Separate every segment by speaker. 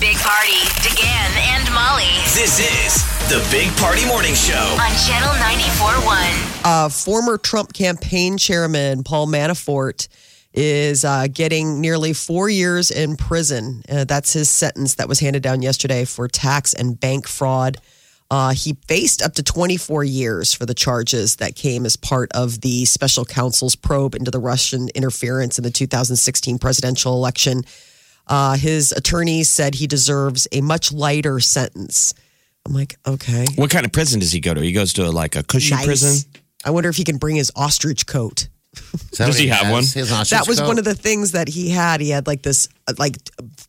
Speaker 1: Big Party, DeGan and Molly
Speaker 2: This is the Big Party Morning Show.
Speaker 1: on Channel 94.1.
Speaker 3: Uh, former Trump campaign chairman Paul Manafort is uh, getting nearly four years in prison. Uh, that's his sentence that was handed down yesterday for tax and bank fraud. Uh, he faced up to 24 years for the charges that came as part of the special counsel's probe into the Russian interference in the 2016 presidential election. Uh, his attorney said he deserves a much lighter sentence. I'm like, okay.
Speaker 4: What kind of prison does he go to? He goes to like a cushy
Speaker 3: Nice.
Speaker 4: prison.
Speaker 3: I wonder if he can bring his ostrich coat.
Speaker 4: Does he have one?
Speaker 3: that was one of the things that he had. He had like this, uh, like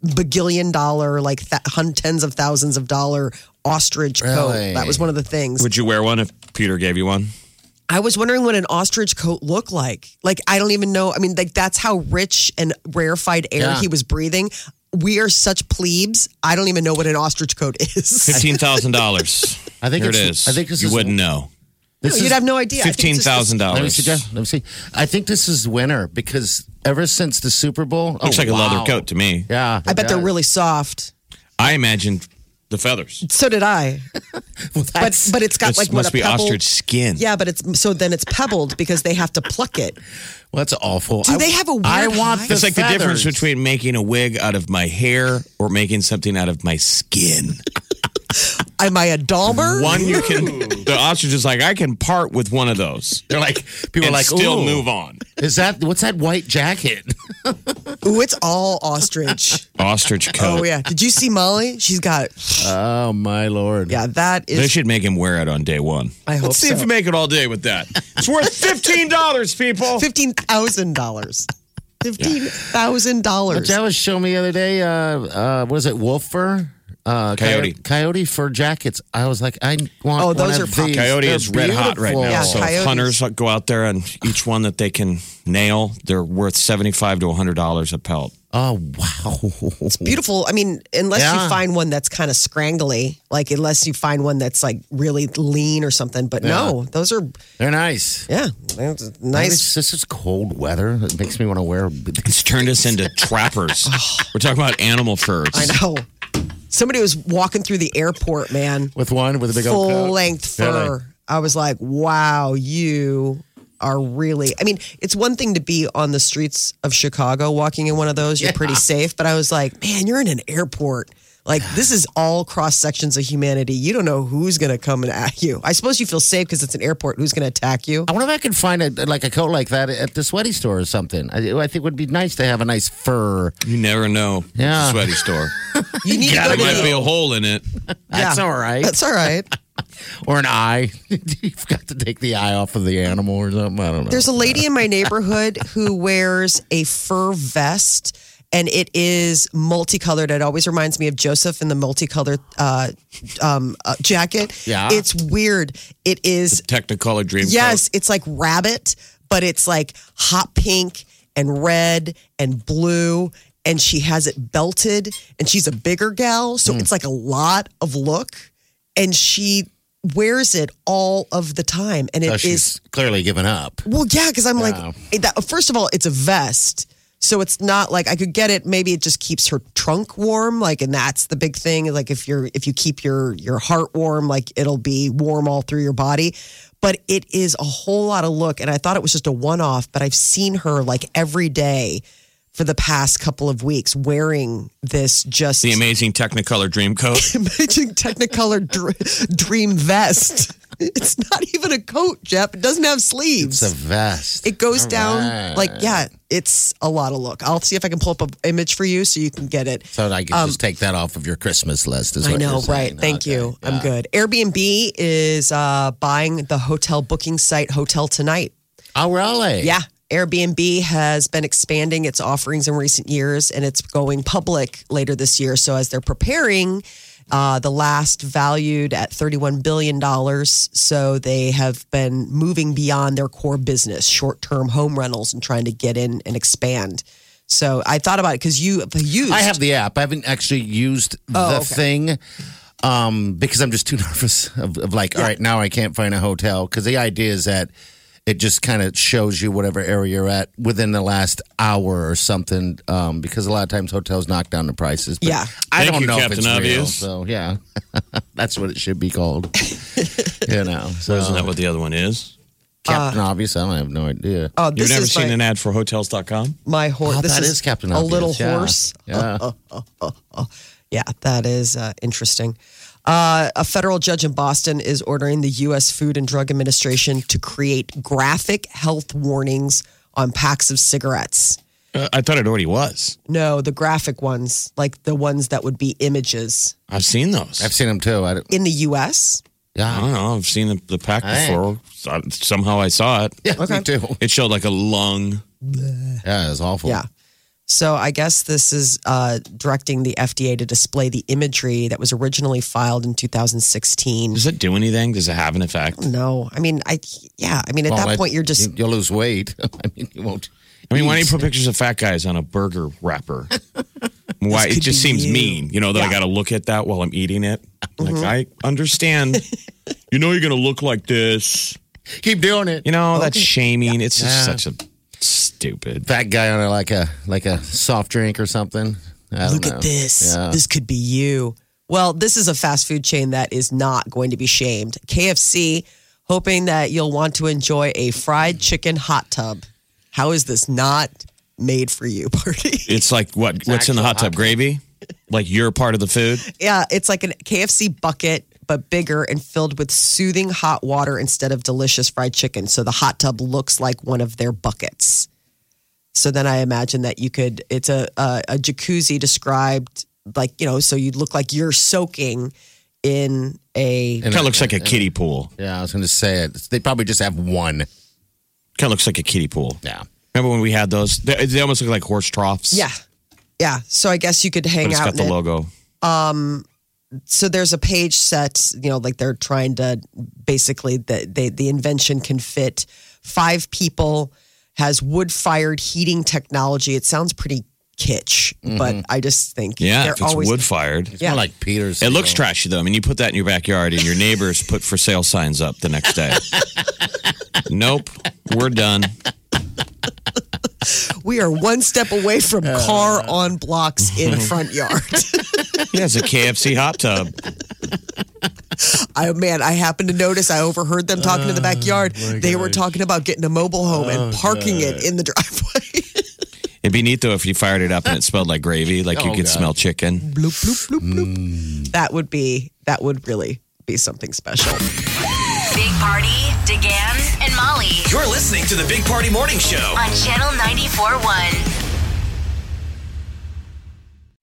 Speaker 3: bagillion dollar, like th- hun- tens of thousands of dollar ostrich
Speaker 5: Really?
Speaker 3: coat. That was one of the things.
Speaker 4: Would you wear one if Peter gave you one?
Speaker 3: I was wondering what an ostrich coat looked like. Like I don't even know. I mean, like that's how rich and rarefied air
Speaker 5: Yeah.
Speaker 3: he was breathing. We are such plebes. I don't even know what an ostrich coat is.
Speaker 4: Fifteen thousand dollars.
Speaker 5: I think
Speaker 4: Here it is.
Speaker 5: it's- I think this
Speaker 4: you
Speaker 5: is-
Speaker 4: wouldn't know.
Speaker 5: This
Speaker 3: You'd
Speaker 5: is-
Speaker 3: have no idea. I think
Speaker 4: Fifteen
Speaker 3: it's just-
Speaker 4: thousand
Speaker 5: Let me
Speaker 4: dollars.
Speaker 5: see, Jeff. Let me see. I think this is winter because ever since the Super Bowl,
Speaker 4: Looks
Speaker 5: oh,
Speaker 4: like a leather
Speaker 5: wow.
Speaker 4: coat to me.
Speaker 5: Yeah,
Speaker 3: I bet they're
Speaker 5: really.
Speaker 3: really soft.
Speaker 4: I imagined the feathers.
Speaker 3: So did I. but but it's got
Speaker 4: This
Speaker 3: like
Speaker 4: must
Speaker 3: what a
Speaker 4: be
Speaker 3: pebble.
Speaker 4: ostrich skin.
Speaker 3: Yeah, but it's so then it's pebbled because they have to pluck it.
Speaker 5: Well, that's awful.
Speaker 3: Do they have a weird
Speaker 5: I want
Speaker 3: hide?
Speaker 5: the
Speaker 4: It's like the difference
Speaker 5: feathers.
Speaker 4: between making a wig out of my hair or making something out of my skin.
Speaker 3: Am I a Dahmer?
Speaker 4: One you can the ostrich is like, I can part with one of those.
Speaker 5: They're like people are
Speaker 4: and
Speaker 5: like
Speaker 4: still
Speaker 5: "Ooh,
Speaker 4: move on.
Speaker 5: Is that what's that white jacket?
Speaker 3: Ooh, it's all ostrich.
Speaker 4: Ostrich coat.
Speaker 3: oh yeah. Did you see Molly? She's got
Speaker 5: oh my lord!
Speaker 3: yeah. That
Speaker 4: They
Speaker 3: is.
Speaker 4: should make him wear it on day one.
Speaker 3: I hope
Speaker 4: Let's see
Speaker 3: so.
Speaker 4: if you make it all day with that. It's worth fifteen dollars, people.
Speaker 3: Fifteen thousand dollars. Fifteen thousand dollars.
Speaker 5: That was showing me the other day. Uh, uh, was it wolf fur? Uh,
Speaker 4: Coyote.
Speaker 5: coyote fur jackets. I was like, I want.
Speaker 3: Oh, those
Speaker 5: one
Speaker 3: are
Speaker 5: of
Speaker 3: pop-
Speaker 5: these.
Speaker 4: Coyote
Speaker 5: They're
Speaker 4: is red hot right now.
Speaker 5: beautiful.
Speaker 3: Yeah,
Speaker 4: so if
Speaker 3: coyotes-
Speaker 4: hunters go out there and each one that they can nail, they're worth seventy-five to hundred dollars a pelt.
Speaker 5: Oh wow!
Speaker 3: It's beautiful. I mean, unless you
Speaker 5: Yeah.
Speaker 3: find one that's kind of scrangly, like unless you find one that's like really lean or something. But no, those are
Speaker 5: They're nice.
Speaker 3: yeah, that's
Speaker 5: Maybe
Speaker 3: nice.
Speaker 5: it's- This is cold weather. It makes me want to wear.
Speaker 4: It's turned us into trappers. We're talking about animal furs.
Speaker 3: I know. Somebody was walking through the airport, man.
Speaker 5: With one with a big old
Speaker 3: full
Speaker 5: coat.
Speaker 3: length fur. I was like, wow, you are really. I mean, it's one thing to be on the streets of Chicago walking in one of those, you're pretty safe. But I was like, man, you're in an airport. Like, this is all cross sections of humanity. You don't know who's going to come and at you. I suppose you feel safe because it's an airport. Who's going to attack you?
Speaker 5: I wonder if I could find a like a coat like that at the sweaty store or something. I, I think it would be nice to have a nice fur.
Speaker 4: You never know. It's a
Speaker 5: Yeah.
Speaker 4: sweaty store.
Speaker 3: You need to
Speaker 4: there
Speaker 3: go to
Speaker 4: Oh, might be
Speaker 3: the.
Speaker 4: a hole in it.
Speaker 5: That's
Speaker 3: Yeah.
Speaker 5: all right.
Speaker 3: That's all right.
Speaker 5: or an eye. You've got to take the eye off of the animal or something. I don't know.
Speaker 3: There's a lady in my neighborhood who wears a fur vest and it is multicolored. It always reminds me of Joseph in the multicolored uh, um, uh, jacket.
Speaker 5: Yeah.
Speaker 3: It's weird. It is,
Speaker 4: Technicolor dream.
Speaker 3: yes, it's like rabbit, but it's like hot pink and red and blue. And she has it belted and she's a bigger gal.
Speaker 5: Hmm.
Speaker 3: So it's like a lot of look. And she wears it all of the time. And it
Speaker 5: So
Speaker 3: is.
Speaker 5: Oh, she's clearly given up.
Speaker 3: Well, yeah, because I'm
Speaker 5: Yeah.
Speaker 3: like, it- that, first of all, it's a vest. So it's not like I could get it. Maybe it just keeps her trunk warm, like, and that's the big thing. Like if you're if you keep your your heart warm, like it'll be warm all through your body. But it is a whole lot of look, and I thought it was just a one off. But I've seen her like every day for the past couple of weeks wearing this just
Speaker 4: The amazing Technicolor dream coat.
Speaker 3: imaging Technicolor dr- dream vest. It's not even a coat, Jeff. It doesn't have sleeves.
Speaker 5: It's a vest.
Speaker 3: It goes
Speaker 5: All
Speaker 3: down
Speaker 5: right.
Speaker 3: like yeah, it's a lot of look. I'll see if I can pull up an image for you so you can get it.
Speaker 5: So I can just take that off of your Christmas list. Is
Speaker 3: Um, I
Speaker 5: what
Speaker 3: know,
Speaker 5: you're saying.
Speaker 3: right? Thank
Speaker 5: Okay,
Speaker 3: you.
Speaker 5: yeah.
Speaker 3: I'm good. Airbnb is uh, buying the hotel booking site Hotel Tonight.
Speaker 5: Oh, really?
Speaker 3: Yeah, Airbnb has been expanding its offerings in recent years and it's going public later this year. So, as they're preparing, uh, the last valued at $31 billion. So, they have been moving beyond their core business, short term home rentals, and trying to get in and expand. So, I thought about it because you have used.
Speaker 5: I have the app. I haven't actually used the
Speaker 3: Oh, okay.
Speaker 5: thing um, because I'm just too nervous of, of like, all right, now I can't find a hotel. Because the idea is that it just kind of shows you whatever area you're at within the last hour or something. Um, because a lot of times hotels knock down the prices. But
Speaker 3: Yeah.
Speaker 5: I
Speaker 4: Thank
Speaker 5: don't
Speaker 4: you,
Speaker 5: know
Speaker 4: Captain
Speaker 5: if it's real.
Speaker 4: Obvious.
Speaker 5: So yeah, that's what it should be called. you know, so
Speaker 4: Isn't that what the other one is?
Speaker 3: Uh,
Speaker 5: Captain Obvious. I don't I have no idea.
Speaker 3: Oh,
Speaker 4: You've
Speaker 3: this
Speaker 4: never
Speaker 3: is
Speaker 4: seen
Speaker 3: my,
Speaker 4: an ad for hotels.com?
Speaker 3: my horse.
Speaker 5: Oh,
Speaker 3: this
Speaker 5: that is Captain
Speaker 3: A
Speaker 5: Obvious,
Speaker 3: little
Speaker 5: yeah.
Speaker 3: horse.
Speaker 5: Yeah.
Speaker 3: Yeah, that is uh, interesting. Uh, a federal judge in Boston is ordering the U.S. Food and Drug Administration to create graphic health warnings on packs of cigarettes.
Speaker 4: Uh, I thought it already was.
Speaker 3: No, the graphic ones, like the ones that would be images
Speaker 4: I've seen those.
Speaker 5: I've seen them too. I don't,
Speaker 3: in the U.S.
Speaker 4: I
Speaker 5: yeah,
Speaker 4: don't know. I've seen the, the pack
Speaker 5: Hey.
Speaker 4: before. So- Somehow I saw it.
Speaker 5: yeah, me too.
Speaker 4: It showed like a lung.
Speaker 5: Yeah, it's awful.
Speaker 3: Yeah. So I guess this is uh, directing the FDA to display the imagery that was originally filed in 2016.
Speaker 4: Does it do anything? Does it have an effect?
Speaker 3: No, I mean, I yeah, I mean, at
Speaker 5: Well,
Speaker 3: that
Speaker 5: I-
Speaker 3: point, you're just
Speaker 5: you- you'll lose weight. I mean, you won't.
Speaker 4: I mean, why don't you
Speaker 5: eat.
Speaker 4: put pictures of fat guys on a burger wrapper? why? It just seems mean, you know, that I got to look at that while I'm eating it. Like, I understand. you know, you're going to look like this.
Speaker 5: keep doing it?
Speaker 4: You know, that's shaming. It's just
Speaker 5: Yeah.
Speaker 4: such a stupid.
Speaker 5: fat guy on a, like a like a soft drink or something. I don't
Speaker 3: Look
Speaker 5: know.
Speaker 3: at this.
Speaker 5: Yeah.
Speaker 3: This could be you. Well, this is a fast food chain that is not going to be shamed. KFC, hoping that you'll want to enjoy a fried chicken hot tub. How is this not made for you, party?
Speaker 4: It's like what? what's in the
Speaker 5: actual
Speaker 4: hot tub? Gravy? Like you're part of the food?
Speaker 3: yeah, it's like an KFC bucket, but bigger and filled with soothing hot water instead of delicious fried chicken. So the hot tub looks like one of their buckets. So then I imagine that you could, it's a, a, a jacuzzi described like, you know, so you look like you're soaking in a,
Speaker 4: Kind of looks like a kiddie pool.
Speaker 5: Yeah, I was going to say it. They probably just have one.
Speaker 4: Kind of looks like a kiddie pool.
Speaker 5: Yeah.
Speaker 4: Remember when we had those? They, they almost look like horse troughs.
Speaker 3: yeah. Yeah. So I guess you could hang
Speaker 4: But it's
Speaker 3: out.
Speaker 4: got
Speaker 3: in
Speaker 4: the
Speaker 3: it.
Speaker 4: logo.
Speaker 3: so there's a page set, you know, like they're trying to basically the they, the invention can fit five people, has wood fired heating technology. It sounds pretty kitsch, but I just think
Speaker 4: Mm-hmm. Yeah,
Speaker 3: they're
Speaker 4: if it's
Speaker 3: always
Speaker 4: wood fired.
Speaker 5: It's more like Peter's.
Speaker 4: It looks trashy though. I mean, you put that in your backyard, and your neighbors put for sale signs up the next day. nope, we're done.
Speaker 3: we are one step away from car on blocks in front yard.
Speaker 4: He has a KFC hot tub.
Speaker 3: I man, I happened to notice I overheard them talking in the backyard. They were talking about getting a mobile home and parking it in the driveway.
Speaker 4: It'd be neat though if you fired it up and it smelled like gravy, like you
Speaker 5: Oh,
Speaker 4: could
Speaker 5: God.
Speaker 4: smell chicken.
Speaker 3: bloop bloop bloop bloop.
Speaker 4: Mm.
Speaker 3: That would be that would really be something special.
Speaker 1: Big Party, DeGan, and Molly
Speaker 2: You're listening to the Big Party Morning Show.
Speaker 1: on Channel 94.1.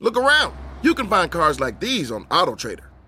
Speaker 6: Look around. You can find cars like these on AutoTrader.